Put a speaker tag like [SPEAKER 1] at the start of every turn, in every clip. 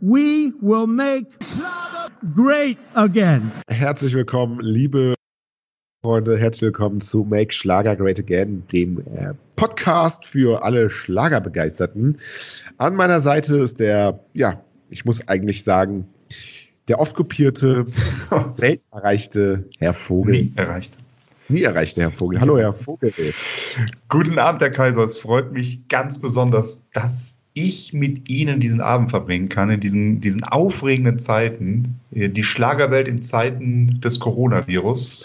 [SPEAKER 1] We will make great again.
[SPEAKER 2] Herzlich willkommen, liebe Freunde, herzlich willkommen zu Make Schlager Great Again, dem äh, Podcast für alle Schlagerbegeisterten. An meiner Seite ist der, ja, ich muss eigentlich sagen, der oft kopierte, welterreichte Herr Vogel.
[SPEAKER 3] Nie erreicht.
[SPEAKER 2] Nie erreichte Herr Vogel. Hallo, Herr Vogel.
[SPEAKER 3] Guten Abend, Herr Kaiser. Es freut mich ganz besonders, dass ich mit Ihnen diesen Abend verbringen kann, in diesen, diesen aufregenden Zeiten, äh, die Schlagerwelt in Zeiten des Coronavirus.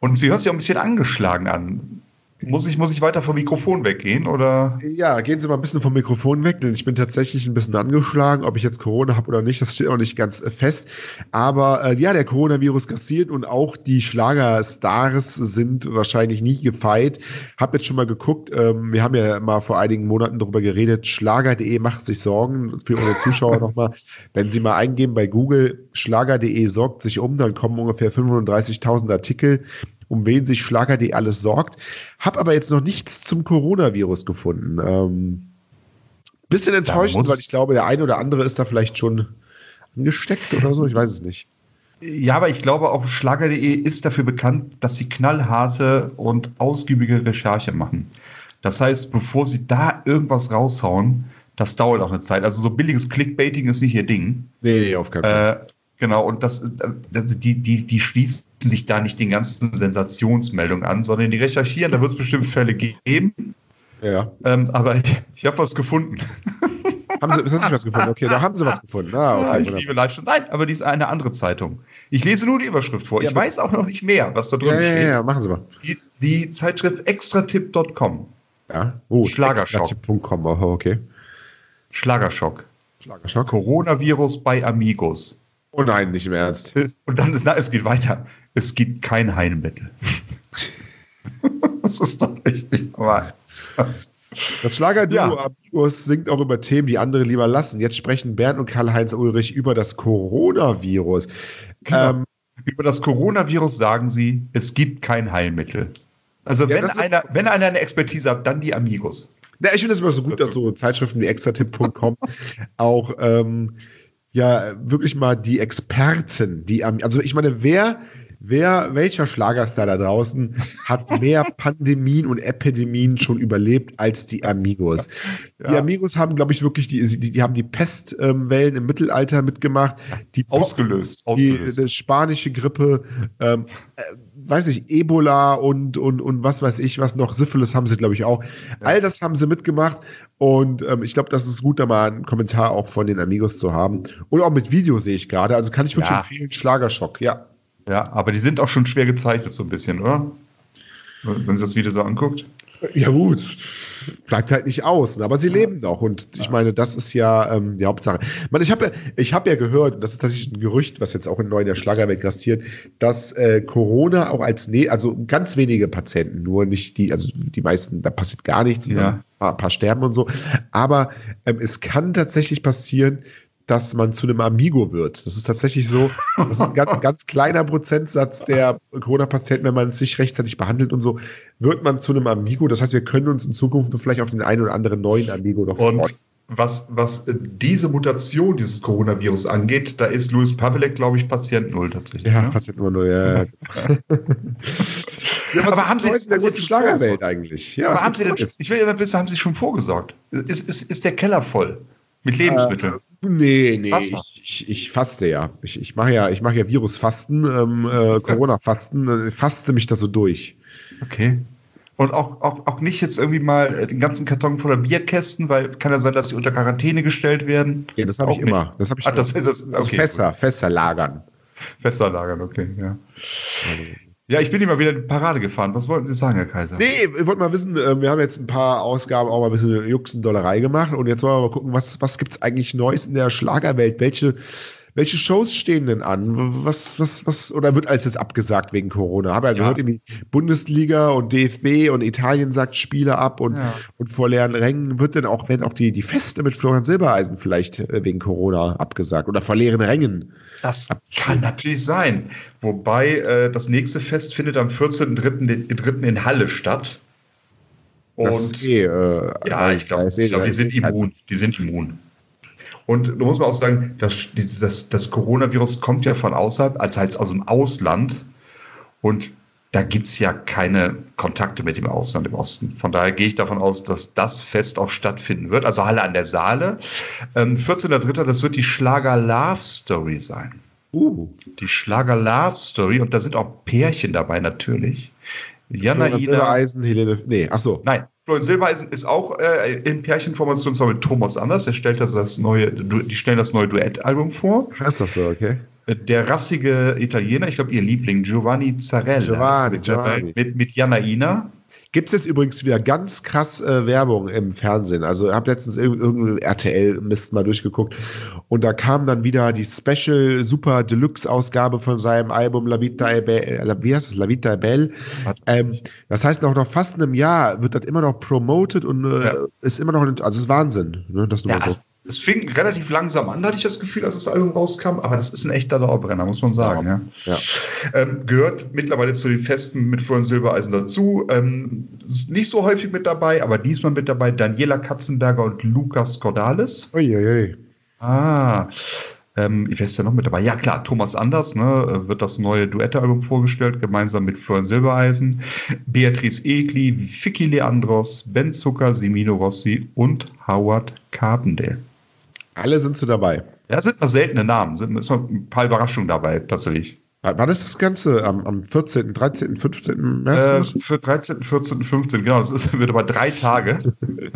[SPEAKER 3] Und Sie hört sich auch ein bisschen angeschlagen an. Muss ich, muss ich weiter vom Mikrofon weggehen oder?
[SPEAKER 2] Ja, gehen Sie mal ein bisschen vom Mikrofon weg, denn ich bin tatsächlich ein bisschen angeschlagen, ob ich jetzt Corona habe oder nicht, das steht auch nicht ganz äh, fest. Aber äh, ja, der Coronavirus kassiert und auch die Schlagerstars sind wahrscheinlich nie gefeit. Hab jetzt schon mal geguckt, ähm, wir haben ja mal vor einigen Monaten darüber geredet, schlager.de macht sich Sorgen, für unsere Zuschauer nochmal, wenn Sie mal eingeben bei Google, schlager.de sorgt sich um, dann kommen ungefähr 35.000 Artikel um wen sich Schlager.de alles sorgt. Hab aber jetzt noch nichts zum Coronavirus gefunden. Ähm, bisschen enttäuschend,
[SPEAKER 3] muss-
[SPEAKER 2] weil ich glaube, der eine oder andere ist da vielleicht schon angesteckt oder so. Ich weiß es nicht.
[SPEAKER 3] Ja, aber ich glaube auch Schlager.de ist dafür bekannt, dass sie knallharte und ausgiebige Recherche machen. Das heißt, bevor sie da irgendwas raushauen, das dauert auch eine Zeit. Also so billiges Clickbaiting ist nicht ihr Ding.
[SPEAKER 2] Nee, nee, auf keinen Fall.
[SPEAKER 3] Äh, genau, und das, ist- das, die, die, die schließen sich da nicht den ganzen Sensationsmeldungen an, sondern die recherchieren, da wird es bestimmt Fälle geben.
[SPEAKER 2] ja.
[SPEAKER 3] Ähm, aber ich, ich habe was gefunden.
[SPEAKER 2] Haben sie, haben sie was gefunden? Okay, da haben sie was gefunden. Ah, okay,
[SPEAKER 3] Ja, ich
[SPEAKER 2] wunderbar.
[SPEAKER 3] liebe Leitstand. Nein, aber die ist eine andere Zeitung. Ich lese nur die Überschrift vor.
[SPEAKER 2] Ja,
[SPEAKER 3] ich
[SPEAKER 2] aber-
[SPEAKER 3] weiß auch noch nicht mehr, was da drin
[SPEAKER 2] ja, ja,
[SPEAKER 3] steht.
[SPEAKER 2] ja, ja, machen sie mal.
[SPEAKER 3] Die, die Zeitschrift extratipp.com.
[SPEAKER 2] Ja. Oh,
[SPEAKER 3] Schlagerschock.
[SPEAKER 2] extra-tipp.com, Oh, okay.
[SPEAKER 3] Schlagerschock.
[SPEAKER 2] Schlagerschock.
[SPEAKER 3] Coronavirus bei Amigos.
[SPEAKER 2] Oh nein, nicht im Ernst.
[SPEAKER 3] Und dann ist, na, es geht weiter. Es gibt kein Heilmittel. das ist doch echt nicht normal.
[SPEAKER 2] Das Schlagerduo
[SPEAKER 3] Ja.
[SPEAKER 2] Amigos singt auch über Themen, die andere lieber lassen. Jetzt sprechen Bernd und Karl-Heinz Ulrich über das Coronavirus.
[SPEAKER 3] Genau.
[SPEAKER 2] Ähm,
[SPEAKER 3] Über das Coronavirus sagen sie, es gibt kein Heilmittel. Also
[SPEAKER 2] Ja,
[SPEAKER 3] wenn,
[SPEAKER 2] das ist-
[SPEAKER 3] einer, wenn einer eine Expertise hat, dann die Amigos.
[SPEAKER 2] Na, ich finde es immer so gut, dass so Zeitschriften wie extratipp.com auch ähm, ja wirklich mal die Experten, die am, also ich meine, wer, wer, welcher Schlagerstar da draußen hat mehr Pandemien und Epidemien schon überlebt als die Amigos? Die
[SPEAKER 3] Ja.
[SPEAKER 2] Amigos haben, glaube ich, wirklich die, die, die haben die Pestwellen im Mittelalter mitgemacht, die Pop-
[SPEAKER 3] Ausgelöst.
[SPEAKER 2] die,
[SPEAKER 3] ausgelöst.
[SPEAKER 2] die spanische Grippe, ähm, äh, weiß nicht, Ebola und, und, und was weiß ich, was noch, Syphilis haben sie, glaube ich, auch. All das haben sie mitgemacht und ähm, ich glaube, das ist gut, da mal einen Kommentar auch von den Amigos zu haben. Oder auch mit Video sehe ich gerade, also kann ich wirklich
[SPEAKER 3] Ja.
[SPEAKER 2] empfehlen, Schlagerschock, ja.
[SPEAKER 3] Ja, aber die sind auch schon schwer gezeichnet, so ein bisschen, oder? Wenn sie das Video so anguckt.
[SPEAKER 2] Ja gut, bleibt halt nicht aus, ne? aber sie leben noch und ich meine, das ist ja ähm, die Hauptsache. Man, ich habe ja, ich hab ja gehört, und das ist tatsächlich ein Gerücht, was jetzt auch in neu in der Schlagerwelt grassiert, dass äh, Corona auch als, ne also ganz wenige Patienten nur, nicht die, also die meisten, da passiert gar nichts, und
[SPEAKER 3] Ja.
[SPEAKER 2] dann ein paar, paar sterben und so, aber ähm, es kann tatsächlich passieren, dass man zu einem Amigo wird. Das ist tatsächlich so, das ist ein ganz, ganz kleiner Prozentsatz der Corona-Patienten, wenn man es nicht rechtzeitig behandelt und so, wird man zu einem Amigo. Das heißt, wir können uns in Zukunft vielleicht auf den einen oder anderen neuen Amigo noch
[SPEAKER 3] Und was, was diese Mutation dieses Coronavirus angeht, da ist Louis Pavelek, glaube ich, Patient Null tatsächlich.
[SPEAKER 2] Ja,
[SPEAKER 3] ne?
[SPEAKER 2] passiert immer nur, ja. ja. ja
[SPEAKER 3] Aber haben Sie-
[SPEAKER 2] in der
[SPEAKER 3] haben Sie
[SPEAKER 2] großen
[SPEAKER 3] schon
[SPEAKER 2] Schlagerwelt
[SPEAKER 3] vorgesorgt?
[SPEAKER 2] eigentlich? Ja, was
[SPEAKER 3] Aber haben Sie denn,
[SPEAKER 2] gibt's
[SPEAKER 3] ich will immer wissen, haben Sie schon vorgesorgt? Ist, ist, ist der Keller voll mit Lebensmitteln?
[SPEAKER 2] Äh, Nee, nee,
[SPEAKER 3] Wasser.
[SPEAKER 2] ich, ich, ich faste ja. Ich, ich mache ja, ich mache ja Virusfasten, ähm, äh, Corona-Fasten, äh, faste mich da so durch.
[SPEAKER 3] Okay. Und auch, auch, auch nicht jetzt irgendwie mal äh, den ganzen Karton voller Bierkästen, weil kann ja sein, dass sie unter Quarantäne gestellt werden.
[SPEAKER 2] Ja, das habe ich
[SPEAKER 3] Auch nicht.
[SPEAKER 2] immer. Das habe ich
[SPEAKER 3] Ach,
[SPEAKER 2] immer.
[SPEAKER 3] das ist das.
[SPEAKER 2] also
[SPEAKER 3] Okay,
[SPEAKER 2] Fässer, Fässer lagern.
[SPEAKER 3] gut. Fester lagern, okay, ja. Ja, ich bin immer wieder in die Parade gefahren. Was wollten Sie sagen, Herr Kaiser?
[SPEAKER 2] Nee, ich wollte mal wissen, äh, wir haben jetzt ein paar Ausgaben auch mal ein bisschen Juxendollerei gemacht und jetzt wollen wir mal gucken, was, was gibt's eigentlich Neues in der Schlagerwelt? Welche, welche Shows stehen denn an? Was, was, was, oder wird alles jetzt abgesagt wegen Corona? Habe ja,
[SPEAKER 3] Ja.
[SPEAKER 2] gehört, irgendwie Bundesliga und DFB und Italien sagt Spiele ab und,
[SPEAKER 3] Ja.
[SPEAKER 2] und vor leeren Rängen wird denn auch, werden auch die, die Feste mit Florian Silbereisen vielleicht äh, wegen Corona abgesagt oder vor leeren Rängen.
[SPEAKER 3] Das kann natürlich sein. Wobei äh, das nächste Fest findet am 14.03. in Halle statt. Und
[SPEAKER 2] das ist eh, äh,
[SPEAKER 3] ja, ich glaube,
[SPEAKER 2] weiß eh,
[SPEAKER 3] ich glaub, die
[SPEAKER 2] das
[SPEAKER 3] sind
[SPEAKER 2] ist eh-
[SPEAKER 3] immun. Die sind immun. Und da muss man auch sagen, das, das, das Coronavirus kommt ja von außerhalb, also heißt aus dem Ausland. Und da gibt es ja keine Kontakte mit dem Ausland im Osten. Von daher gehe ich davon aus, dass das Fest auch stattfinden wird. Also Halle an der Saale. Ähm, 14.03. Das wird die Schlager Love Story sein.
[SPEAKER 2] Uh,
[SPEAKER 3] Die Schlager Love Story. Und da sind auch Pärchen dabei natürlich. Jana
[SPEAKER 2] Florian
[SPEAKER 3] Ida.
[SPEAKER 2] Silbereisen, Helene. Nee, ach so.
[SPEAKER 3] Nein, Florian Silbereisen ist auch äh, in Pärchenformation zwar mit Thomas Anders. Er stellt das, das neue, du- die stellen das neue Duettalbum vor.
[SPEAKER 2] Das ist doch so, okay.
[SPEAKER 3] Der rassige Italiener, ich glaube ihr Liebling Giovanni Zarella,
[SPEAKER 2] Giovanni,
[SPEAKER 3] ist mit dabei,
[SPEAKER 2] Giovanni.
[SPEAKER 3] mit mit Janaina.
[SPEAKER 2] Gibt es jetzt übrigens wieder ganz krass äh, Werbung im Fernsehen. Also ich habe letztens irg- irgendeinen RTL-Mist mal durchgeguckt und da kam dann wieder die Special Super Deluxe-Ausgabe von seinem Album La Vita e Be- äh, La- wie heißt es? La Vita e Belle. Ähm, das heißt, noch, noch fast einem Jahr wird das immer noch promoted und äh,
[SPEAKER 3] Ja.
[SPEAKER 2] ist immer noch, ein- also es ist Wahnsinn. Ne? Das nur
[SPEAKER 3] Ja,
[SPEAKER 2] mal so.
[SPEAKER 3] es- es fing relativ langsam an, hatte ich das Gefühl, als das Album rauskam, aber das ist ein echter Dauerbrenner, muss man sagen. Ja.
[SPEAKER 2] Ja.
[SPEAKER 3] Ähm, gehört mittlerweile zu den Festen mit Florian Silbereisen dazu. Ähm, ist nicht so häufig mit dabei, aber diesmal mit dabei Daniela Katzenberger und Lukas Cordalis.
[SPEAKER 2] Uiuiui.
[SPEAKER 3] Ah, ähm, wer ist denn noch mit dabei? Ja, klar, Thomas Anders, ne, wird das neue Duettealbum vorgestellt, gemeinsam mit Florian Silbereisen, Beatrice Egli, Vicky Leandros, Ben Zucker, Simino Rossi und Howard Carpendale.
[SPEAKER 2] Alle sind sie dabei.
[SPEAKER 3] Das sind mal seltene Namen, sind ist mal ein paar Überraschungen dabei, tatsächlich.
[SPEAKER 2] W- Wann ist das Ganze? Am, am 14., 13., 15.
[SPEAKER 3] Äh,
[SPEAKER 2] März?
[SPEAKER 3] für 13., 14., 15., genau, das ist, wird aber drei Tage.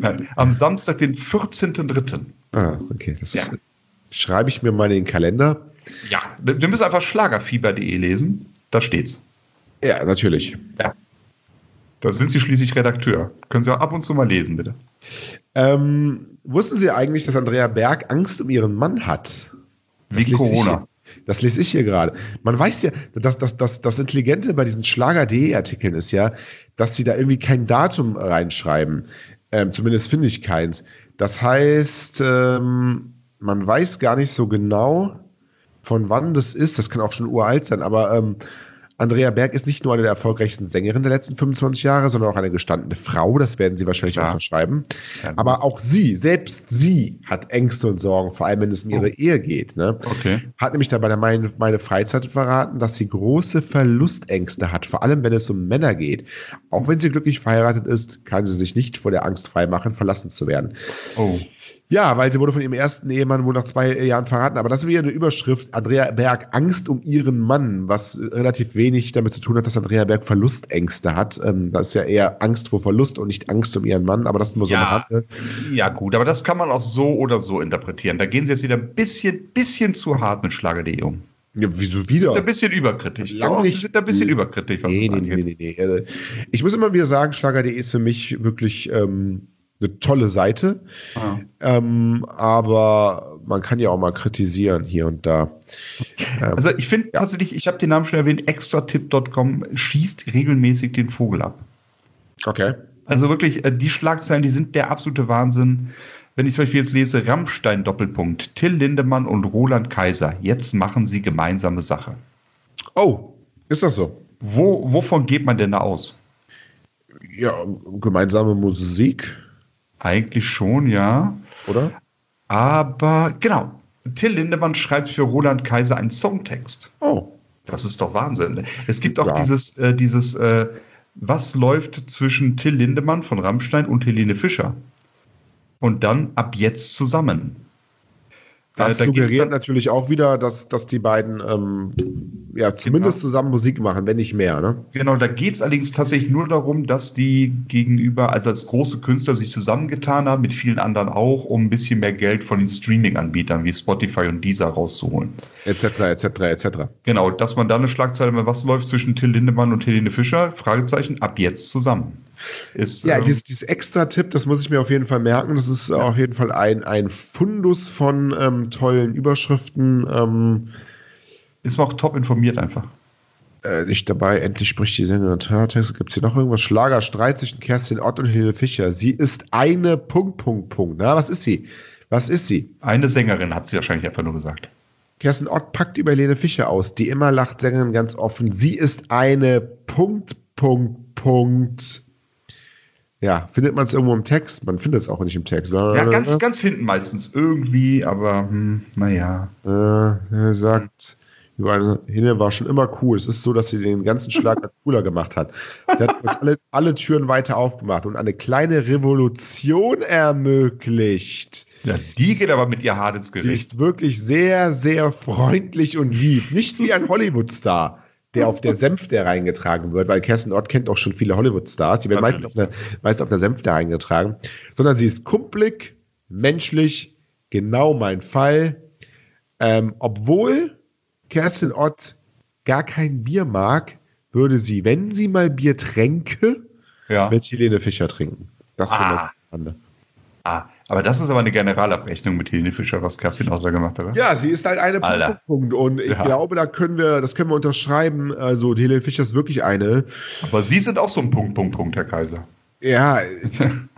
[SPEAKER 3] Nein, am Samstag, den 14.3.
[SPEAKER 2] ah, okay. Das
[SPEAKER 3] Ja.
[SPEAKER 2] schreibe ich mir mal in den Kalender.
[SPEAKER 3] Ja, wir wir müssen einfach schlagerfieber.de lesen, da steht's.
[SPEAKER 2] Ja, natürlich.
[SPEAKER 3] Da sind Sie schließlich Redakteur. Können Sie auch ab und zu mal lesen, bitte.
[SPEAKER 2] Ähm, wussten Sie eigentlich, dass Andrea Berg Angst um ihren Mann hat? Das lese
[SPEAKER 3] Wegen
[SPEAKER 2] ich
[SPEAKER 3] Corona.
[SPEAKER 2] hier- Das lese ich hier gerade. Man weiß ja, dass, dass, dass das Intelligente bei diesen Schlager.de-Artikeln ist ja, dass sie da irgendwie kein Datum reinschreiben. Ähm, zumindest finde ich keins. Das heißt, ähm, man weiß gar nicht so genau, von wann das ist. Das kann auch schon uralt sein, aber ähm, Andrea Berg ist nicht nur eine der erfolgreichsten Sängerinnen der letzten 25 Jahre, sondern auch eine gestandene Frau. Das werden Sie wahrscheinlich
[SPEAKER 3] Ja.
[SPEAKER 2] auch unterschreiben.
[SPEAKER 3] Ja.
[SPEAKER 2] Aber auch sie, selbst sie hat Ängste und Sorgen, vor allem wenn es um ihre
[SPEAKER 3] Oh.
[SPEAKER 2] Ehe geht. Ne?
[SPEAKER 3] Okay.
[SPEAKER 2] Hat nämlich dabei der meine, meine Freizeit verraten, dass sie große Verlustängste hat, vor allem wenn es um Männer geht. Auch wenn sie glücklich verheiratet ist, kann sie sich nicht vor der Angst freimachen, verlassen zu werden.
[SPEAKER 3] Oh.
[SPEAKER 2] Ja, weil sie wurde von ihrem ersten Ehemann wohl nach zwei Jahren verraten. Aber das wäre eine Überschrift. Andrea Berg, Angst um ihren Mann, was relativ wenig damit zu tun hat, dass Andrea Berg Verlustängste hat. Ähm, das ist ja eher Angst vor Verlust und nicht Angst um ihren Mann. Aber das nur so
[SPEAKER 3] Ja.
[SPEAKER 2] eine Rande.
[SPEAKER 3] Ja, gut, aber das kann man auch so oder so interpretieren. Da gehen Sie jetzt wieder ein bisschen, bisschen zu hart mit Schlager.de um.
[SPEAKER 2] Ja, wieso
[SPEAKER 3] Sind
[SPEAKER 2] wieder?
[SPEAKER 3] Ein bisschen überkritisch.
[SPEAKER 2] Lang
[SPEAKER 3] Doch,
[SPEAKER 2] nicht.
[SPEAKER 3] Sie sind ein bisschen überkritisch, was
[SPEAKER 2] Nee,
[SPEAKER 3] das
[SPEAKER 2] nee,
[SPEAKER 3] angeht.
[SPEAKER 2] nee, nee, nee. Also, Ich muss immer wieder sagen, Schlager.de ist für mich wirklich ähm, eine tolle Seite.
[SPEAKER 3] Ah.
[SPEAKER 2] Ähm, aber man kann ja auch mal kritisieren hier und da.
[SPEAKER 3] Also ich finde tatsächlich, ich habe den Namen schon erwähnt, extratipp.com schießt regelmäßig den Vogel ab.
[SPEAKER 2] Okay.
[SPEAKER 3] Also wirklich, äh, die Schlagzeilen, die sind der absolute Wahnsinn. Wenn ich zum Beispiel jetzt lese, Rammstein Doppelpunkt, Till Lindemann und Roland Kaiser, jetzt machen sie gemeinsame Sache.
[SPEAKER 2] Oh, ist das so?
[SPEAKER 3] Wo, wovon geht man denn da aus?
[SPEAKER 2] Ja, gemeinsame Musik,
[SPEAKER 3] Eigentlich schon, ja.
[SPEAKER 2] oder?
[SPEAKER 3] Aber genau, Till Lindemann schreibt für Roland Kaiser einen Songtext.
[SPEAKER 2] Oh.
[SPEAKER 3] Das ist doch Wahnsinn. Es gibt auch
[SPEAKER 2] Ja.
[SPEAKER 3] dieses, äh, dieses äh, was läuft zwischen Till Lindemann von Rammstein und Helene Fischer? Und dann ab jetzt zusammen.
[SPEAKER 2] Das
[SPEAKER 3] Äh, da geht's
[SPEAKER 2] suggeriert
[SPEAKER 3] dann-
[SPEAKER 2] natürlich auch wieder, dass, dass die beiden ähm, ja zumindest zusammen Musik machen, wenn nicht mehr, ne?
[SPEAKER 3] Genau, da geht es allerdings tatsächlich nur darum, dass die gegenüber, also als große Künstler sich zusammengetan haben, mit vielen anderen auch, um ein bisschen mehr Geld von den Streaming-Anbietern wie Spotify und Deezer rauszuholen.
[SPEAKER 2] Etc., etc., etc.
[SPEAKER 3] Genau, dass man da eine Schlagzeile mit was läuft zwischen Till Lindemann und Helene Fischer, Fragezeichen, ab jetzt zusammen. Ist,
[SPEAKER 2] Ja,
[SPEAKER 3] ähm,
[SPEAKER 2] dieses, dieses Extra-Tipp, das muss ich mir auf jeden Fall merken. Das ist auf jeden Fall ein, ein Fundus von ähm, tollen Überschriften. Ähm,
[SPEAKER 3] ist man auch top informiert einfach.
[SPEAKER 2] äh, nicht dabei, endlich spricht die Sängerin Turnertext. Gibt es hier noch irgendwas? Schlager streit zwischen Kerstin Ott und Helene Fischer. Sie ist eine Punkt, Punkt, Punkt. Na, was ist sie? Was ist sie?
[SPEAKER 3] Eine Sängerin hat sie wahrscheinlich einfach nur gesagt.
[SPEAKER 2] Kerstin Ott packt über Helene Fischer aus. Die immer lacht Sängerin ganz offen. Sie ist eine Punkt, Punkt, Punkt. Ja, findet man es irgendwo im Text? Man findet es auch nicht im Text.
[SPEAKER 3] Ja, ganz, ganz hinten meistens irgendwie, aber hm, naja.
[SPEAKER 2] Äh, er sagt, Johann Hinne war schon immer cool. Es ist so, dass sie den ganzen Schlag als cooler gemacht hat. Sie hat uns alle, alle Türen weiter aufgemacht und eine kleine Revolution ermöglicht.
[SPEAKER 3] Ja, die geht aber mit ihr hart ins
[SPEAKER 2] Sie
[SPEAKER 3] Gericht.
[SPEAKER 2] ist wirklich sehr, sehr freundlich und lieb. Nicht wie ein Hollywood-Star, der auf der Sänfte reingetragen wird, weil Kirsten Ott kennt auch schon viele Hollywood-Stars. Die werden meist auf, der, meist auf der Sänfte reingetragen. Sondern sie ist kumpelig, menschlich, genau mein Fall. Ähm, obwohl Kirsten Ott gar kein Bier mag, würde sie, wenn sie mal Bier tränke,
[SPEAKER 3] Ja.
[SPEAKER 2] mit Helene Fischer trinken. Das
[SPEAKER 3] Ah.
[SPEAKER 2] finde ich.
[SPEAKER 3] Ah, aber das ist aber eine Generalabrechnung mit Helene Fischer, was Kerstin Ausler gemacht hat. oder?
[SPEAKER 2] Ja, sie ist halt eine
[SPEAKER 3] Alter.
[SPEAKER 2] Punkt. Und ich
[SPEAKER 3] Ja.
[SPEAKER 2] glaube, da können wir, das können wir unterschreiben. Also die Helene Fischer ist wirklich eine.
[SPEAKER 3] Aber Sie sind auch so ein Punkt, Punkt, Punkt, Herr Kaiser.
[SPEAKER 2] Ja,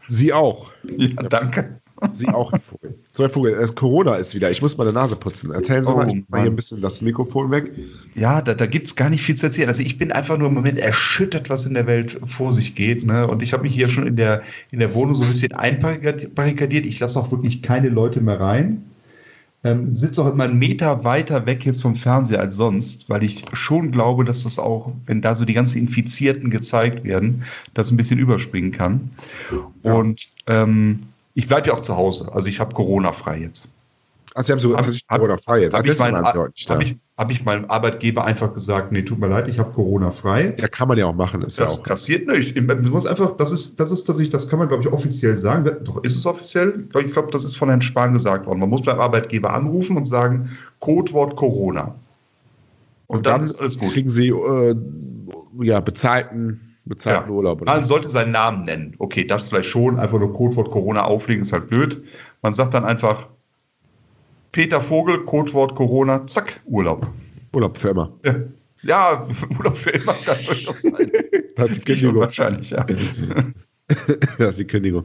[SPEAKER 2] sie auch.
[SPEAKER 3] Ja, danke.
[SPEAKER 2] Sie auch, Herr Vogel. So, Herr Vogel, das Corona ist wieder. Ich muss meine Nase putzen. Erzählen Sie
[SPEAKER 3] Oh,
[SPEAKER 2] mal, ich mach mal hier
[SPEAKER 3] Mann.
[SPEAKER 2] ein bisschen das Mikrofon weg.
[SPEAKER 3] Ja, da, da gibt's gar nicht viel zu erzählen. Also ich bin einfach nur im Moment erschüttert, was in der Welt vor sich geht. Ne? Und ich habe mich hier schon in der, in der Wohnung so ein bisschen einbarrikadiert. Ich lasse auch wirklich keine Leute mehr rein. Ähm, sitze auch immer einen Meter weiter weg jetzt vom Fernseher als sonst, weil ich schon glaube, dass das auch, wenn da so die ganzen Infizierten gezeigt werden, das ein bisschen überspringen kann.
[SPEAKER 2] Ja.
[SPEAKER 3] Und ähm, ich bleibe ja auch zu Hause. Also ich habe Corona frei jetzt.
[SPEAKER 2] Also, Sie haben so
[SPEAKER 3] Hab-
[SPEAKER 2] tatsächlich
[SPEAKER 3] hab-
[SPEAKER 2] Corona frei jetzt. Ah,
[SPEAKER 3] Habe ich,
[SPEAKER 2] deswegen
[SPEAKER 3] meinen
[SPEAKER 2] waren Sie
[SPEAKER 3] Ar-
[SPEAKER 2] heute nicht da.
[SPEAKER 3] hab ich, hab ich meinem Arbeitgeber einfach gesagt, nee, tut mir leid, ich habe Corona frei.
[SPEAKER 2] ja, kann man ja auch machen. Ist ja
[SPEAKER 3] Das
[SPEAKER 2] auch.
[SPEAKER 3] kassiert nicht. Man muss einfach, das ist, das ist tatsächlich, das kann man, glaube ich, offiziell sagen. Doch, ist es offiziell? Ich glaube, das ist von Herrn Spahn gesagt worden. Man muss beim Arbeitgeber anrufen und sagen, Codewort Corona. Und, dann, ist alles gut.
[SPEAKER 2] kriegen Sie äh, ja, bezahlten, bezahlten
[SPEAKER 3] Ja.
[SPEAKER 2] Urlaub.
[SPEAKER 3] Man sollte seinen Namen nennen. Okay, das vielleicht schon. Einfach nur Codewort Corona auflegen, ist halt blöd. Man sagt dann einfach Peter Vogel, Codewort Corona, zack, Urlaub.
[SPEAKER 2] Urlaub für immer.
[SPEAKER 3] Ja. Ja, Urlaub für immer kann durchaus sein.
[SPEAKER 2] Das ist die
[SPEAKER 3] Schon
[SPEAKER 2] Kündigung.
[SPEAKER 3] wahrscheinlich, ja.
[SPEAKER 2] Das ist die Kündigung.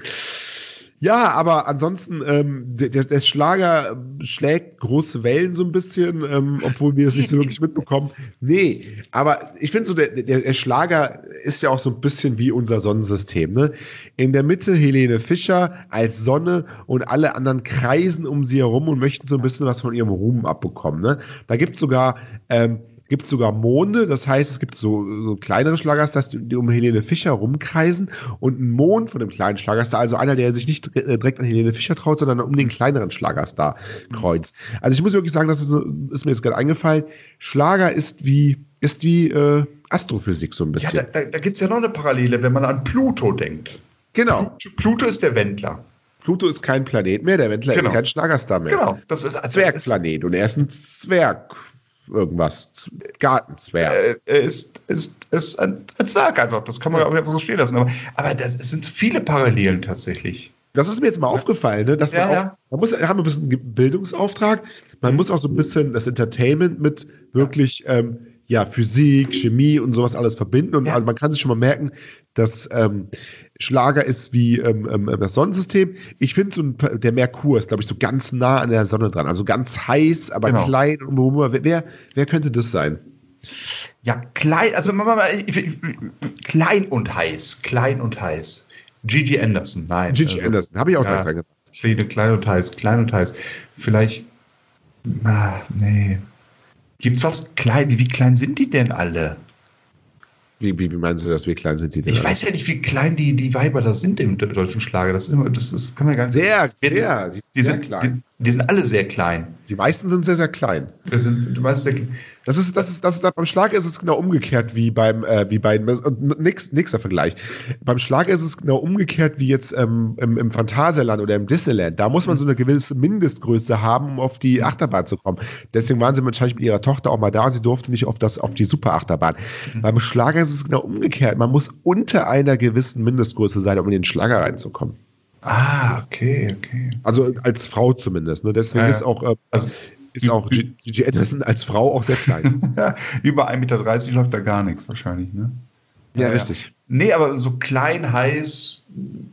[SPEAKER 2] Ja, aber ansonsten, ähm, der, der- der Schlager ähm, schlägt große Wellen so ein bisschen, ähm, obwohl wir es nicht so wirklich mitbekommen. Nee, aber ich finde so, der, der, der Schlager ist ja auch so ein bisschen wie unser Sonnensystem. Ne? In der Mitte Helene Fischer als Sonne und alle anderen kreisen um sie herum und möchten so ein bisschen was von ihrem Ruhm abbekommen. Ne? Da gibt es sogar. Ähm, gibt sogar Monde, das heißt, es gibt so, so kleinere Schlagerstars, die, die um Helene Fischer rumkreisen und ein Mond von dem kleinen Schlagerstar, also einer, der sich nicht dr- äh, direkt an Helene Fischer traut, sondern um den kleineren Schlagerstar
[SPEAKER 3] Mhm.
[SPEAKER 2] kreuzt. Also ich muss wirklich sagen, das ist, so- ist mir jetzt gerade eingefallen, Schlager ist wie, ist wie äh, Astrophysik so ein
[SPEAKER 3] ja
[SPEAKER 2] bisschen.
[SPEAKER 3] da da, da gibt es ja noch eine Parallele, wenn man an Pluto denkt.
[SPEAKER 2] genau.
[SPEAKER 3] Pluto ist der Wendler.
[SPEAKER 2] Pluto ist kein Planet mehr, der Wendler
[SPEAKER 3] Genau.
[SPEAKER 2] ist kein Schlagerstar mehr.
[SPEAKER 3] Genau. Das ist also, ist,
[SPEAKER 2] Zwergplanet und er ist ein Zwerg. Irgendwas. Z Gartenzwerg.
[SPEAKER 3] äh, er ist, ist, ist ein, ein Zwerg einfach. Das kann man ja auch einfach so stehen lassen. Aber, aber das es sind viele Parallelen tatsächlich.
[SPEAKER 2] Das ist mir jetzt mal aufgefallen, ne? dass man
[SPEAKER 3] Ja,
[SPEAKER 2] auch,
[SPEAKER 3] ja.
[SPEAKER 2] man muss, wir haben ein bisschen Ge- Bildungsauftrag, man muss auch so ein bisschen das Entertainment mit wirklich ähm, ja, Physik, Chemie und sowas alles verbinden und
[SPEAKER 3] Ja.
[SPEAKER 2] also man kann sich schon mal merken, dass ähm, Schlager ist wie ähm, ähm, das Sonnensystem. Ich finde so ein, Pa- der Merkur ist glaube ich so ganz nah an der Sonne dran, also ganz heiß, aber
[SPEAKER 3] Genau.
[SPEAKER 2] klein und rum. Wer- wer, wer könnte das sein?
[SPEAKER 3] Ja, klein, also mach mal, ich- ich- ich- klein und heiß. Klein und heiß. Gigi Anderson, nein.
[SPEAKER 2] Gigi
[SPEAKER 3] Also,
[SPEAKER 2] Anderson, habe ich auch
[SPEAKER 3] ja.
[SPEAKER 2] dran gedacht.
[SPEAKER 3] Schwede, klein und heiß, klein und heiß. Vielleicht. Ah, nee. Gibt's was klein? Wie klein sind die denn alle?
[SPEAKER 2] Wie, wie, wie meinst du das? Wie klein sind die denn?
[SPEAKER 3] Ich
[SPEAKER 2] alle?
[SPEAKER 3] weiß ja nicht, wie klein die, die Weiber da sind im deutschen Schlager. Das, ist immer, das ist, kann man gar nicht
[SPEAKER 2] Sehr,
[SPEAKER 3] das wird-
[SPEAKER 2] sehr, die,
[SPEAKER 3] Die
[SPEAKER 2] sehr
[SPEAKER 3] sind,
[SPEAKER 2] klein.
[SPEAKER 3] Die, die sind alle sehr klein.
[SPEAKER 2] Die meisten sind sehr, sehr klein.
[SPEAKER 3] Das sind, du weißt, sehr klein.
[SPEAKER 2] Das ist, das ist, das ist, beim Schlag ist es genau umgekehrt wie beim, äh, wie bei, und nix, nächster Vergleich. Beim Schlag ist es genau umgekehrt wie jetzt ähm, im, im Phantasialand oder im Disneyland. Da
[SPEAKER 3] Mhm.
[SPEAKER 2] muss man so eine gewisse Mindestgröße haben, um auf die Achterbahn zu kommen. Deswegen waren sie wahrscheinlich mit ihrer Tochter auch mal da und sie durfte nicht auf das, auf die Superachterbahn.
[SPEAKER 3] Mhm.
[SPEAKER 2] Beim Schlager ist es genau umgekehrt. Man muss unter einer gewissen Mindestgröße sein, um in den Schlager reinzukommen.
[SPEAKER 3] Ah, okay, okay.
[SPEAKER 2] Also als Frau zumindest. Ne? Deswegen
[SPEAKER 3] Ja, ja.
[SPEAKER 2] ist auch, äh,
[SPEAKER 3] Also
[SPEAKER 2] ist auch G- Gigi Anderson als Frau auch sehr klein.
[SPEAKER 3] über 1,30 Meter läuft da gar nichts wahrscheinlich, ne?
[SPEAKER 2] ja,
[SPEAKER 3] Ja, ja.
[SPEAKER 2] richtig.
[SPEAKER 3] Nee, aber so klein, heiß,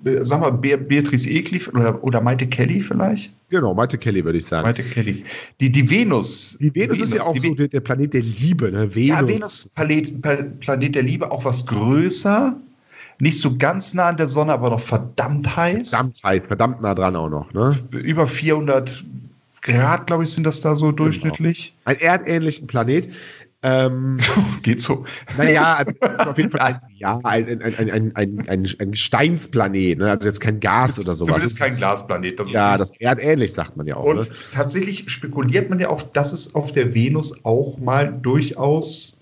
[SPEAKER 3] äh, sag mal, Be Beatrice Egli oder, oder Maite Kelly vielleicht?
[SPEAKER 2] Genau, Maite Kelly würde ich sagen.
[SPEAKER 3] Maite Kelly. Die, die Venus.
[SPEAKER 2] Die Venus ist ja auch
[SPEAKER 3] die
[SPEAKER 2] so
[SPEAKER 3] Ve-
[SPEAKER 2] der, der Planet der Liebe, ne? Venus.
[SPEAKER 3] Ja, Venus, Planet, Pla- Planet der Liebe, auch was größer. Nicht so ganz nah an der Sonne, aber noch verdammt heiß.
[SPEAKER 2] Verdammt heiß, verdammt nah dran auch noch. Ne?
[SPEAKER 3] Über 400 Grad, glaube ich, sind das da
[SPEAKER 2] Genau.
[SPEAKER 3] so durchschnittlich.
[SPEAKER 2] Ein erdähnlichen Planet. Ähm,
[SPEAKER 3] Geht so.
[SPEAKER 2] naja, also es ist auf jeden Fall ein, ja, ein, ein, ein, ein, ein, ein, ein Gesteinsplanet, ne? also jetzt kein Gas oder sowas.
[SPEAKER 3] Zumindest kein Glasplanet. Das
[SPEAKER 2] ja,
[SPEAKER 3] ist
[SPEAKER 2] das erdähnlich sagt man ja auch.
[SPEAKER 3] Und
[SPEAKER 2] ne?
[SPEAKER 3] tatsächlich spekuliert man ja auch, dass es auf der Venus auch mal durchaus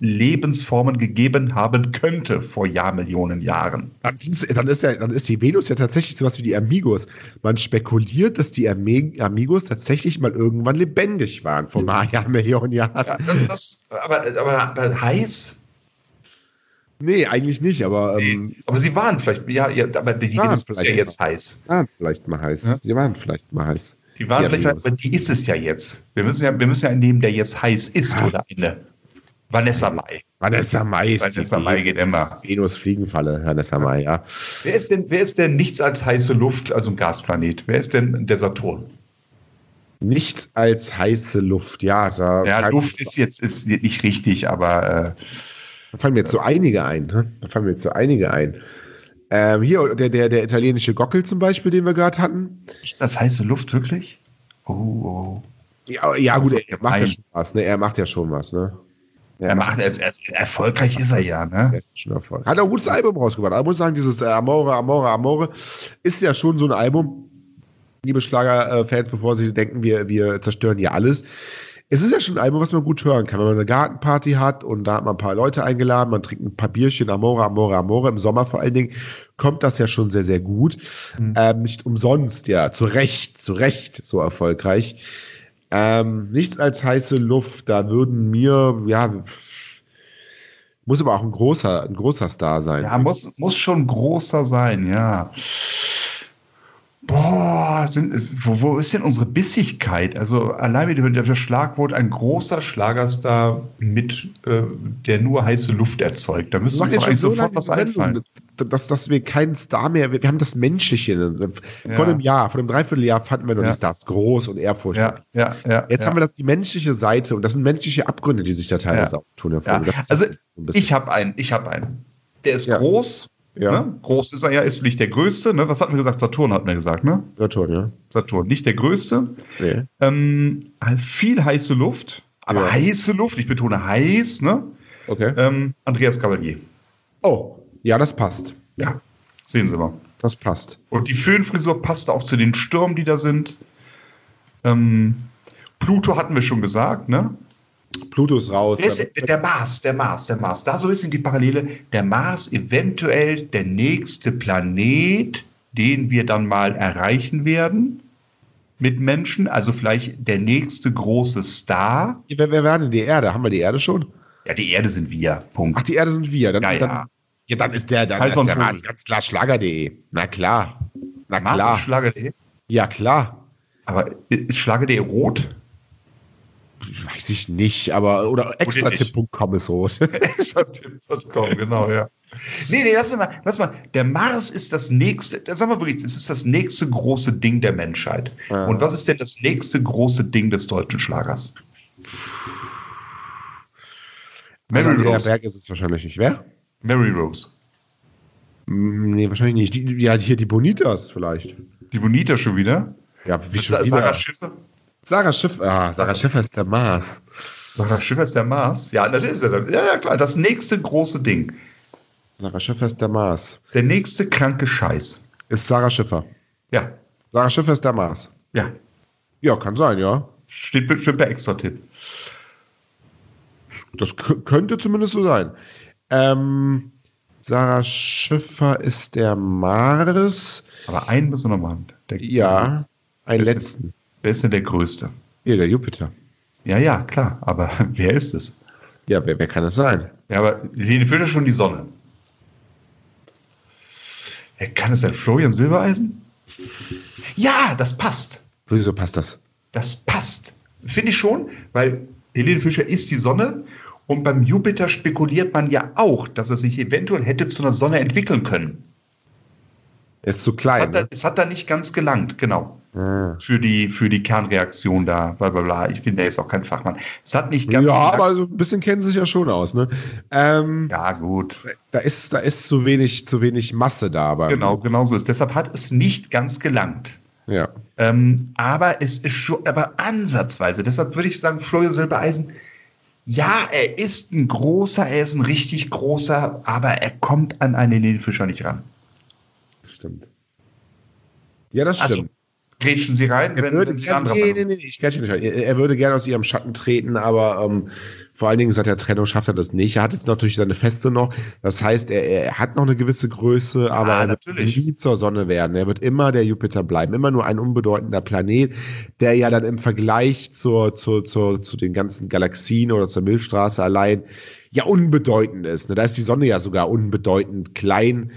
[SPEAKER 3] Lebensformen gegeben haben könnte vor Jahrmillionen Jahren.
[SPEAKER 2] Dann ist, dann, ist ja, dann ist die Venus ja tatsächlich sowas wie die Amigos. Man spekuliert, dass die Ame Amigos tatsächlich mal irgendwann lebendig waren vor ein paar Jahren, Millionen Jahren.
[SPEAKER 3] Ja, das, aber, aber, aber
[SPEAKER 2] Ähm,
[SPEAKER 3] heiß?
[SPEAKER 2] Nee, eigentlich nicht, aber ähm,
[SPEAKER 3] Aber sie waren vielleicht, ja, ja aber die
[SPEAKER 2] Waren
[SPEAKER 3] Venus ist ja
[SPEAKER 2] vielleicht.
[SPEAKER 3] jetzt heiß.
[SPEAKER 2] sie waren Ah, vielleicht mal heiß.
[SPEAKER 3] Ja.
[SPEAKER 2] Sie waren vielleicht mal heiß.
[SPEAKER 3] Die waren
[SPEAKER 2] Die
[SPEAKER 3] vielleicht,
[SPEAKER 2] Amigos.
[SPEAKER 3] aber die ist es ja jetzt. Wir müssen ja, wir müssen ja nehmen, der jetzt heiß ist
[SPEAKER 2] Ah.
[SPEAKER 3] oder eine. Vanessa Mai.
[SPEAKER 2] Vanessa Mai ist
[SPEAKER 3] Vanessa
[SPEAKER 2] die
[SPEAKER 3] Mai geht immer.
[SPEAKER 2] Venus Fliegenfalle, Vanessa Mai, ja.
[SPEAKER 3] Wer ist denn, wer ist denn nichts als heiße Luft, also ein Gasplanet? Wer ist denn der Saturn?
[SPEAKER 2] Nichts als heiße Luft, ja. Da
[SPEAKER 3] Ja,
[SPEAKER 2] fallen-
[SPEAKER 3] Luft ist jetzt ist nicht richtig, aber äh,
[SPEAKER 2] Da fallen mir jetzt so einige ein. Ne? Da fallen mir jetzt so einige ein. Ähm, hier, der, der, der italienische Gockel zum Beispiel, den wir gerade hatten.
[SPEAKER 3] nichts als heiße Luft, wirklich? Oh, oh.
[SPEAKER 2] Ja, ja gut,
[SPEAKER 3] Also,
[SPEAKER 2] er macht ja
[SPEAKER 3] ein-
[SPEAKER 2] schon was, ne? Er macht ja schon was, ne?
[SPEAKER 3] Er macht, er, er, erfolgreich ist er ja, ne?
[SPEAKER 2] Er ist schon erfolgreich. Hat auch ein gutes Album rausgebracht. Aber Ich muss sagen, dieses äh, Amore, Amore, Amore ist ja schon so ein Album. Liebe Schlagerfans, bevor sie denken, wir, wir zerstören hier alles. Es ist ja schon ein Album, was man gut hören kann. Wenn man eine Gartenparty hat und da hat man ein paar Leute eingeladen, man trinkt ein paar Bierchen, Amore, Amore, Amore, im Sommer vor allen Dingen, kommt das ja schon sehr, sehr gut.
[SPEAKER 3] Mhm.
[SPEAKER 2] Ähm, nicht umsonst, ja, zu Recht, zu Recht so erfolgreich. Ähm, nichts als heiße Luft, da würden mir, ja, muss aber auch ein großer, ein großer Star sein.
[SPEAKER 3] Ja, muss, muss schon großer sein, ja. Boah, sind, wo, wo ist denn unsere Bissigkeit? Also allein mit dem das Schlagwort ein großer Schlagerstar mit, äh, der nur heiße Luft erzeugt. Da müsste
[SPEAKER 2] Wir machen
[SPEAKER 3] uns
[SPEAKER 2] ja
[SPEAKER 3] doch
[SPEAKER 2] schon
[SPEAKER 3] eigentlich
[SPEAKER 2] so
[SPEAKER 3] sofort
[SPEAKER 2] lange
[SPEAKER 3] was
[SPEAKER 2] Sendung,
[SPEAKER 3] einfallen.
[SPEAKER 2] Dass, dass wir keinen Star mehr, wir, wir haben das Menschliche. ne? Vor
[SPEAKER 3] Ja.
[SPEAKER 2] einem Jahr, vor einem Dreivierteljahr fanden wir noch
[SPEAKER 3] Ja.
[SPEAKER 2] die Stars groß und Ehrfurcht.
[SPEAKER 3] Ja, ja, ja.
[SPEAKER 2] Jetzt
[SPEAKER 3] ja.
[SPEAKER 2] haben wir das, die menschliche Seite und das sind menschliche Abgründe, die sich da teilweise auch tun. Herr
[SPEAKER 3] Ja.
[SPEAKER 2] Vogel. Das ist
[SPEAKER 3] Also,
[SPEAKER 2] ein bisschen-
[SPEAKER 3] ich habe einen, ich habe einen. Der ist
[SPEAKER 2] Ja.
[SPEAKER 3] groß,
[SPEAKER 2] ja,
[SPEAKER 3] ne? groß ist er ja, ist nicht der größte, ne? Was hatten wir gesagt? Saturn hatten wir gesagt, ne?
[SPEAKER 2] Saturn, ja.
[SPEAKER 3] Saturn, nicht der größte.
[SPEAKER 2] Nee.
[SPEAKER 3] Ähm, viel heiße Luft, aber
[SPEAKER 2] Ja.
[SPEAKER 3] heiße Luft, ich betone heiß, ne?
[SPEAKER 2] Okay.
[SPEAKER 3] Ähm, Andreas Cavalier.
[SPEAKER 2] Oh, ja, das passt.
[SPEAKER 3] Ja. Sehen Sie mal.
[SPEAKER 2] Das passt.
[SPEAKER 3] Und die Föhnfrisur passt auch zu den Stürmen, die da sind. Ähm, Pluto hatten wir schon gesagt, ne?
[SPEAKER 2] Pluto ist raus.
[SPEAKER 3] Der, ist, der Mars, der Mars, der Mars. Da so ein bisschen die Parallele. Der Mars eventuell der nächste Planet, den wir dann mal erreichen werden mit Menschen. Also vielleicht der nächste große Star.
[SPEAKER 2] wer, wer wäre denn die Erde? Haben wir die Erde schon?
[SPEAKER 3] Ja, die Erde sind wir. Punkt.
[SPEAKER 2] Ach, die Erde sind wir. Dann,
[SPEAKER 3] Ja, ja.
[SPEAKER 2] dann, ja, dann ist der, dann
[SPEAKER 3] Heiß
[SPEAKER 2] ist
[SPEAKER 3] und
[SPEAKER 2] der
[SPEAKER 3] Vogel.
[SPEAKER 2] Mars ganz klar Schlager.de. Na klar. Na
[SPEAKER 3] Mars
[SPEAKER 2] klar.
[SPEAKER 3] ist Schlager.de.
[SPEAKER 2] Ja, klar.
[SPEAKER 3] Aber ist Schlager.de rot?
[SPEAKER 2] Weiß ich nicht, aber oder extratipp.com ist rot.
[SPEAKER 3] Exatipp.com, genau, ja. Nee, nee, lass mal, lass mal. Der Mars ist das nächste, das sagen wir wirklich, es ist das nächste große Ding der Menschheit.
[SPEAKER 2] Ja.
[SPEAKER 3] Und was ist denn das nächste große Ding des deutschen Schlagers? Mary
[SPEAKER 2] Andrea
[SPEAKER 3] Rose.
[SPEAKER 2] Berg ist es wahrscheinlich nicht, wer?
[SPEAKER 3] Mary Rose.
[SPEAKER 2] Hm, Nee, wahrscheinlich nicht. Die, die- ja, hier die Bonitas vielleicht.
[SPEAKER 3] Die Bonita schon wieder.
[SPEAKER 2] Ja, wie
[SPEAKER 3] Das
[SPEAKER 2] schon
[SPEAKER 3] ist
[SPEAKER 2] wieder.
[SPEAKER 3] Sarah Schiffer.
[SPEAKER 2] Sarah Schiff. Ah, Sarah Schiffer ist der Mars.
[SPEAKER 3] Sarah Schiffer ist der Mars. Ja, das ist er. Ja, ja, klar. Das nächste große Ding.
[SPEAKER 2] Sarah Schiffer ist der Mars.
[SPEAKER 3] Der nächste kranke Scheiß.
[SPEAKER 2] Ist Sarah Schiffer.
[SPEAKER 3] Ja,
[SPEAKER 2] Sarah Schiffer ist der Mars.
[SPEAKER 3] ja.
[SPEAKER 2] Ja, kann sein, ja.
[SPEAKER 3] Steht bestimmt bei Extra-Tipp.
[SPEAKER 2] Das k- könnte zumindest so sein. Ähm, Sarah Schiffer ist der Mars.
[SPEAKER 3] Aber einen müssen wir noch machen. Der-
[SPEAKER 2] Ja, einen
[SPEAKER 3] Das ist-
[SPEAKER 2] letzten.
[SPEAKER 3] Wer ist denn der Größte?
[SPEAKER 2] Hier, der Jupiter.
[SPEAKER 3] Ja, ja, klar. Aber wer ist es?
[SPEAKER 2] Ja, wer, wer kann das sein?
[SPEAKER 3] Ja, aber Lene Fischer schon die Sonne. Wer kann es denn? Florian Silbereisen? Ja, das passt.
[SPEAKER 2] Wieso passt das?
[SPEAKER 3] Das passt. Finde ich schon, weil Helene Fischer ist die Sonne. Und beim Jupiter spekuliert man ja auch, dass er sich eventuell hätte zu einer Sonne entwickeln können.
[SPEAKER 2] Er ist zu
[SPEAKER 3] Es
[SPEAKER 2] klein.
[SPEAKER 3] hat, da,
[SPEAKER 2] Ne?
[SPEAKER 3] es hat da nicht ganz gelangt, genau.
[SPEAKER 2] Ja,
[SPEAKER 3] für die, für die Kernreaktion da, bla bla bla. Ich bin da jetzt auch kein Fachmann. Es hat nicht ganz.
[SPEAKER 2] ja
[SPEAKER 3] geklappt.
[SPEAKER 2] aber so ein bisschen kennen sie sich ja schon aus, ne? Ähm,
[SPEAKER 3] ja, gut.
[SPEAKER 2] Da ist, da ist zu wenig, zu wenig Masse da, aber
[SPEAKER 3] Genau, genau so ist. Deshalb hat es nicht ganz gelangt.
[SPEAKER 2] ja.
[SPEAKER 3] Ähm, aber es ist schon, aber ansatzweise. Deshalb würde ich sagen, Florian Silbereisen, ja, er ist ein großer, er ist ein richtig großer, aber er kommt an einen Helene Fischer nicht ran.
[SPEAKER 2] Stimmt. Ja, das
[SPEAKER 3] Also,
[SPEAKER 2] stimmt.
[SPEAKER 3] Grätschen Sie rein,
[SPEAKER 2] er
[SPEAKER 3] wenn,
[SPEAKER 2] würde
[SPEAKER 3] wenn Sie
[SPEAKER 2] gerne,
[SPEAKER 3] andere
[SPEAKER 2] nee, nee, nee, ich grätsche nicht rein. er, er würde gerne aus ihrem Schatten treten, aber ähm, vor allen Dingen seit der Trennung schafft er das nicht. Er hat jetzt natürlich seine Feste noch. Das heißt, er, er hat noch eine gewisse Größe, aber er wird
[SPEAKER 3] natürlich.
[SPEAKER 2] nie zur Sonne werden. Er wird immer der Jupiter bleiben, immer nur ein unbedeutender Planet, der ja dann im Vergleich zur, zur, zur, zu den ganzen Galaxien oder zur Milchstraße allein ja unbedeutend ist. Ne? Da ist die Sonne ja sogar unbedeutend klein.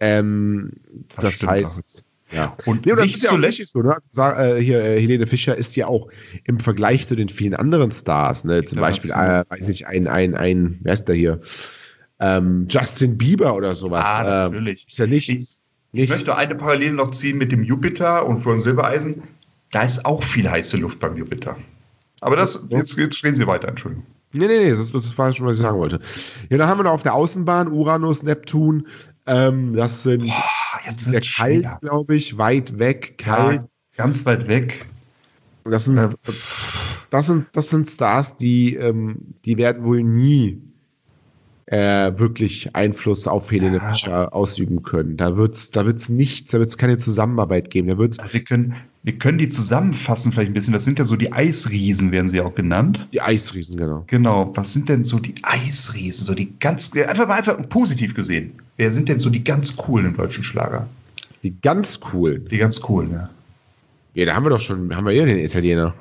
[SPEAKER 2] Ähm,
[SPEAKER 3] Das
[SPEAKER 2] das
[SPEAKER 3] stimmt
[SPEAKER 2] heißt. Ja.
[SPEAKER 3] Und
[SPEAKER 2] Nee, und das
[SPEAKER 3] nicht
[SPEAKER 2] ist ja auch
[SPEAKER 3] zuletzt-
[SPEAKER 2] richtig so, ne? Also, sag, äh, hier, äh, Helene Fischer ist ja auch im Vergleich zu den vielen anderen Stars, ne? Zum Beispiel, äh,
[SPEAKER 3] International.
[SPEAKER 2] weiß nicht, ein, ein, ein, wer ist der hier? Ähm, Justin Bieber oder sowas.
[SPEAKER 3] Ah,
[SPEAKER 2] ähm,
[SPEAKER 3] natürlich.
[SPEAKER 2] Ist ja nicht.
[SPEAKER 3] Ich-
[SPEAKER 2] nicht
[SPEAKER 3] Ich möchte eine Parallele noch ziehen mit dem Jupiter und Florian Silbereisen. Da ist auch viel heiße Luft beim Jupiter. Aber das, jetzt, jetzt stehen Sie weiter, Entschuldigung.
[SPEAKER 2] nee, nee, nee, das, das war schon, was ich sagen wollte. Ja, dann haben wir noch auf der Außenbahn Uranus, Neptun. Ähm, das sind
[SPEAKER 3] Ah, jetzt
[SPEAKER 2] sehr
[SPEAKER 3] wird
[SPEAKER 2] kalt,
[SPEAKER 3] schwer.
[SPEAKER 2] glaube ich, weit weg, kalt.
[SPEAKER 3] Ja, ganz weit weg.
[SPEAKER 2] Und Das sind, halt, das sind, das sind Stars, die, ähm, die werden wohl nie äh, wirklich Einfluss auf Helene
[SPEAKER 3] Ja.
[SPEAKER 2] Fischer ausüben können. Da wird's, da wird's nichts, da wird's keine Zusammenarbeit geben. Da wird's
[SPEAKER 3] Also wir, können, wir können die zusammenfassen vielleicht ein bisschen. Das sind ja so die Eisriesen, werden sie auch genannt.
[SPEAKER 2] die Eisriesen, genau.
[SPEAKER 3] Genau. Was sind denn so die Eisriesen? So die ganz, einfach mal einfach positiv gesehen. Wer sind denn so die ganz coolen im deutschen Schlager?
[SPEAKER 2] Die ganz coolen.
[SPEAKER 3] Die ganz coolen, ja.
[SPEAKER 2] Ja, da haben wir doch schon, haben wir ja den Italiener.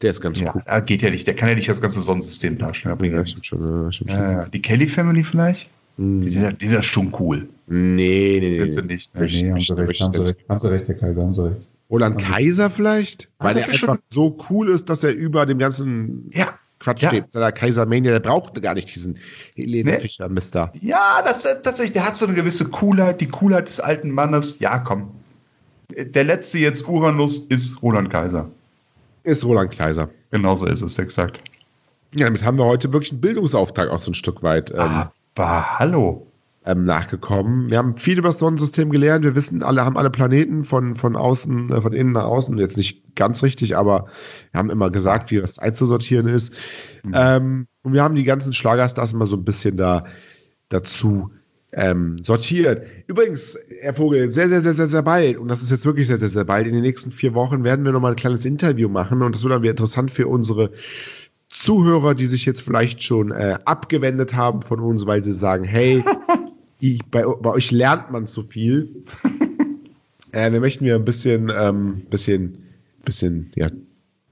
[SPEAKER 2] Der ist ganz
[SPEAKER 3] Ja,
[SPEAKER 2] cool.
[SPEAKER 3] ah, geht ja nicht. Der kann ja nicht das ganze Sonnensystem darstellen. Aber
[SPEAKER 2] Ja, stimmt schon, ja, stimmt schon.
[SPEAKER 3] Ja, ja. die Kelly Family vielleicht?
[SPEAKER 2] Mm.
[SPEAKER 3] Äh, Die sind ja, die sind ja schon cool.
[SPEAKER 2] Nee, nee, nee, nee.
[SPEAKER 3] nicht.
[SPEAKER 2] ne? Nee, haben sie recht, haben sie recht,
[SPEAKER 3] Herr Kaiser, haben sie recht.
[SPEAKER 2] Oder ein Kaiser vielleicht?
[SPEAKER 3] Ah,
[SPEAKER 2] Weil
[SPEAKER 3] das
[SPEAKER 2] er
[SPEAKER 3] ist
[SPEAKER 2] einfach so cool ist, dass er über dem ganzen
[SPEAKER 3] Ja,
[SPEAKER 2] Quatsch
[SPEAKER 3] Ja. Ne?
[SPEAKER 2] steht. Der Kaisermania, der braucht gar nicht diesen Helene
[SPEAKER 3] Nee.
[SPEAKER 2] Fischer-Mister.
[SPEAKER 3] ja, das äh, tatsächlich, der hat so eine gewisse Coolheit, die Coolheit des alten Mannes. Ja, komm. Der letzte jetzt Uranus ist Roland Kaiser.
[SPEAKER 2] Ist Roland Kleiser.
[SPEAKER 3] Genauso ist es, exakt.
[SPEAKER 2] Ja, damit haben wir heute wirklich einen Bildungsauftrag auch so ein Stück weit ähm,
[SPEAKER 3] Ah. Aber hallo.
[SPEAKER 2] ähm, nachgekommen. Wir haben viel über das Sonnensystem gelernt. Wir wissen, alle haben alle Planeten von, von außen, äh, von innen nach außen. Jetzt nicht ganz richtig, aber wir haben immer gesagt, wie das einzusortieren ist.
[SPEAKER 3] Mhm.
[SPEAKER 2] Ähm, und wir haben die ganzen Schlagerstars immer so ein bisschen da dazu ähm, sortiert. Übrigens, Herr Vogel, sehr, sehr, sehr, sehr, sehr bald, und das ist jetzt wirklich sehr, sehr, sehr bald, in den nächsten vier Wochen werden wir nochmal ein kleines Interview machen und das wird dann wieder interessant für unsere Zuhörer, die sich jetzt vielleicht schon äh, abgewendet haben von uns, weil sie sagen, hey, ich, bei, bei euch lernt man zu viel. äh, wir möchten ja ein bisschen, ähm, bisschen, bisschen, ja,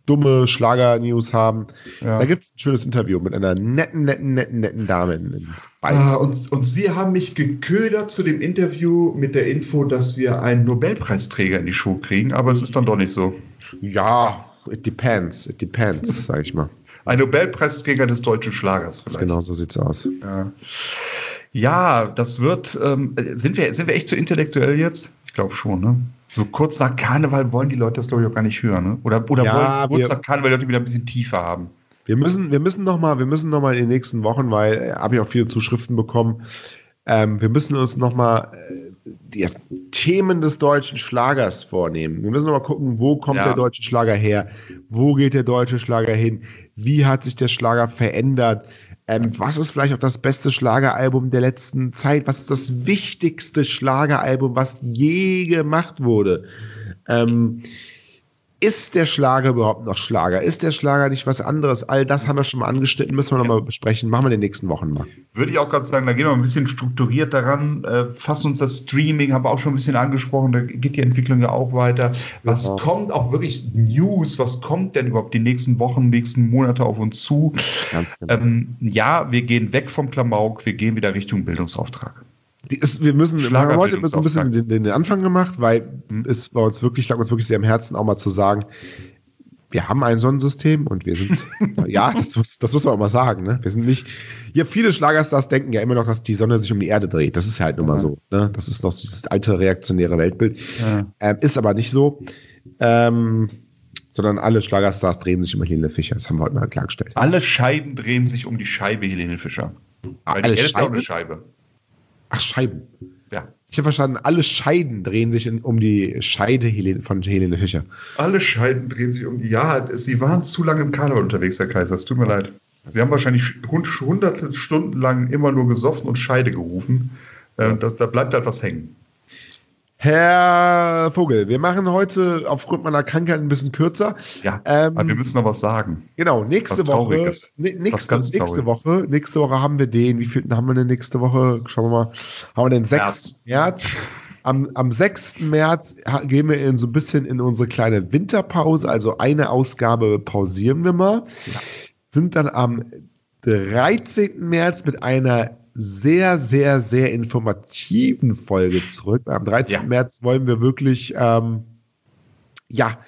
[SPEAKER 2] dumme Schlager-News haben.
[SPEAKER 3] Ja.
[SPEAKER 2] Da gibt es ein schönes Interview mit einer netten, netten, netten, netten Dame in, in Bayern.
[SPEAKER 3] Ah, und, und Sie haben mich geködert zu dem Interview mit der Info, dass wir einen Nobelpreisträger in die Schuhe kriegen, aber es ist dann doch nicht so.
[SPEAKER 2] Ja, it depends, it depends, sag ich mal.
[SPEAKER 3] Ein Nobelpreisträger des deutschen Schlagers vielleicht.
[SPEAKER 2] Genau so sieht's aus.
[SPEAKER 3] Ja, ja das wird. Ähm, sind, wir, sind wir echt zu intellektuell jetzt? Ich glaube schon, ne? So kurz nach Karneval wollen die Leute das, glaube ich, auch gar nicht hören, ne? Oder, oder
[SPEAKER 2] Ja,
[SPEAKER 3] wollen kurz
[SPEAKER 2] wir-
[SPEAKER 3] nach Karneval die Leute wieder ein bisschen tiefer haben.
[SPEAKER 2] Wir müssen, wir müssen noch mal, wir müssen noch mal in den nächsten Wochen, weil äh, habe ich auch viele Zuschriften bekommen. Ähm, wir müssen uns noch mal äh, die Themen des deutschen Schlagers vornehmen. Wir müssen noch mal gucken, wo kommt
[SPEAKER 3] Ja.
[SPEAKER 2] der deutsche Schlager her? Wo geht der deutsche Schlager hin? Wie hat sich der Schlager verändert? Ähm, was ist vielleicht auch das beste Schlageralbum der letzten Zeit? Was ist das wichtigste Schlageralbum, was je gemacht wurde? Ähm, ist der Schlager überhaupt noch Schlager? Ist der Schlager nicht was anderes? All das haben wir schon mal angeschnitten, müssen wir nochmal besprechen. Machen wir in den nächsten Wochen mal.
[SPEAKER 3] Würde ich auch gerade sagen, da gehen wir ein bisschen strukturiert daran, äh, fassen uns das Streaming, haben wir auch schon ein bisschen angesprochen, da geht die Entwicklung ja auch weiter. Was
[SPEAKER 2] Ja.
[SPEAKER 3] kommt auch wirklich News? Was kommt denn überhaupt die nächsten Wochen, nächsten Monate auf uns zu?
[SPEAKER 2] Ganz genau.
[SPEAKER 3] Ähm, ja, wir gehen weg vom Klamauk, wir gehen wieder Richtung Bildungsauftrag.
[SPEAKER 2] Die ist, wir müssen, wir haben heute ein bisschen
[SPEAKER 3] Schlagerbildungsauftrag.
[SPEAKER 2] den, den Anfang gemacht, weil es bei uns wirklich, lag uns wirklich sehr am Herzen, auch mal zu sagen, wir haben ein Sonnensystem und wir sind, ja, das muss, das muss man auch mal sagen, ne? Wir sind nicht, ja, viele Schlagerstars denken ja immer noch, dass die Sonne sich um die Erde dreht. Das ist halt nun mal
[SPEAKER 3] Ja.
[SPEAKER 2] so, ne? Das ist noch dieses alte reaktionäre Weltbild.
[SPEAKER 3] Ja.
[SPEAKER 2] Ähm, ist aber nicht so, ähm, sondern alle Schlagerstars drehen sich um Helene Fischer. Das haben wir heute mal klargestellt.
[SPEAKER 3] Alle Scheiben drehen sich um die Scheibe Helene Fischer. Weil die
[SPEAKER 2] Alle
[SPEAKER 3] Erde ist ja auch
[SPEAKER 2] Scheiben?
[SPEAKER 3] eine Scheibe.
[SPEAKER 2] Ach, Scheiben.
[SPEAKER 3] Ja.
[SPEAKER 2] Ich habe verstanden, alle Scheiden drehen sich in, um die Scheide Helene, von Helene Fischer.
[SPEAKER 3] Alle Scheiben drehen sich um die. Ja, sie waren zu lange im Karneval unterwegs, Herr Kaiser. Es tut mir leid. Sie haben wahrscheinlich hund- hunderte Stunden lang immer nur gesoffen und Scheide gerufen. Äh, das, da bleibt halt was hängen.
[SPEAKER 2] Herr Vogel, wir machen heute aufgrund meiner Krankheit ein bisschen kürzer.
[SPEAKER 3] Ja,
[SPEAKER 2] Ähm,
[SPEAKER 3] aber wir müssen noch was sagen.
[SPEAKER 2] Genau, nächste
[SPEAKER 3] Was traurig
[SPEAKER 2] Woche.
[SPEAKER 3] ist.
[SPEAKER 2] ni-
[SPEAKER 3] Was
[SPEAKER 2] Nächste,
[SPEAKER 3] ganz
[SPEAKER 2] nächste
[SPEAKER 3] traurig.
[SPEAKER 2] Woche. Nächste Woche haben wir den. Wie viel haben wir denn nächste Woche? Schauen wir mal. Haben wir den 6. März. Am, am 6. März ha- gehen wir in so ein bisschen in unsere kleine Winterpause. Also eine Ausgabe pausieren wir mal. Sind dann am 13. März mit einer sehr, sehr, sehr informativen Folge zurück. Am 13.
[SPEAKER 3] Ja.
[SPEAKER 2] März wollen wir wirklich, ähm, ja,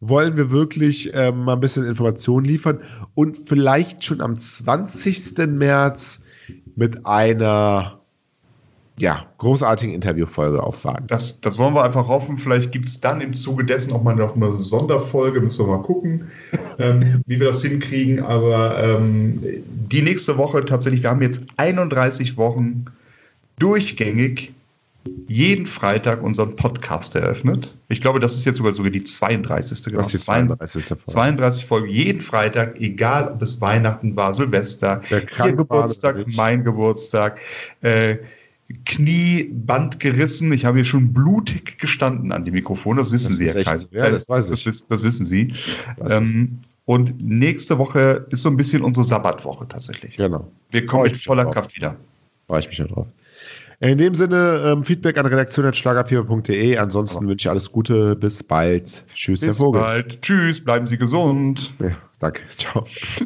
[SPEAKER 2] wollen wir wirklich ähm, mal ein bisschen Informationen liefern und vielleicht schon am 20. März mit einer ja, großartigen Interviewfolge aufwarten.
[SPEAKER 3] Das, das wollen wir einfach hoffen. Vielleicht gibt es dann im Zuge dessen auch mal noch eine Sonderfolge. Müssen wir mal gucken, ähm, wie wir das hinkriegen. Aber ähm, die nächste Woche tatsächlich, wir haben jetzt 31 Wochen durchgängig jeden Freitag unseren Podcast eröffnet. Ich glaube, das ist jetzt sogar sogar die 32. Genau,
[SPEAKER 2] Das ist die
[SPEAKER 3] 32.
[SPEAKER 2] 32. Folge.
[SPEAKER 3] 32 Folgen jeden Freitag, egal ob es Weihnachten war, Silvester,
[SPEAKER 2] Der
[SPEAKER 3] Ihr
[SPEAKER 2] krank war
[SPEAKER 3] Geburtstag,
[SPEAKER 2] nicht.
[SPEAKER 3] mein Geburtstag. Äh, Knieband gerissen. Ich habe hier schon blutig gestanden an dem Mikrofon. Das wissen
[SPEAKER 2] Das
[SPEAKER 3] Sie,
[SPEAKER 2] ist
[SPEAKER 3] Herr
[SPEAKER 2] echt-
[SPEAKER 3] Kaiser. Äh,
[SPEAKER 2] ja, das weiß ich.
[SPEAKER 3] Das, das wissen Sie.
[SPEAKER 2] Das ist-
[SPEAKER 3] Ähm, und nächste Woche ist so ein bisschen unsere Sabbatwoche tatsächlich.
[SPEAKER 2] Genau,
[SPEAKER 3] Wir kommen
[SPEAKER 2] Freut
[SPEAKER 3] mit
[SPEAKER 2] mich
[SPEAKER 3] voller
[SPEAKER 2] drauf.
[SPEAKER 3] Kraft wieder.
[SPEAKER 2] freue ich mich schon drauf. In dem Sinne, ähm, Feedback an redaktion.schlagerfieber.de. Ansonsten wünsche ich alles Gute. Bis bald. Tschüss, Herr
[SPEAKER 3] Bis
[SPEAKER 2] Vogel.
[SPEAKER 3] bald. Tschüss, bleiben Sie gesund.
[SPEAKER 2] Ja, danke. Ciao.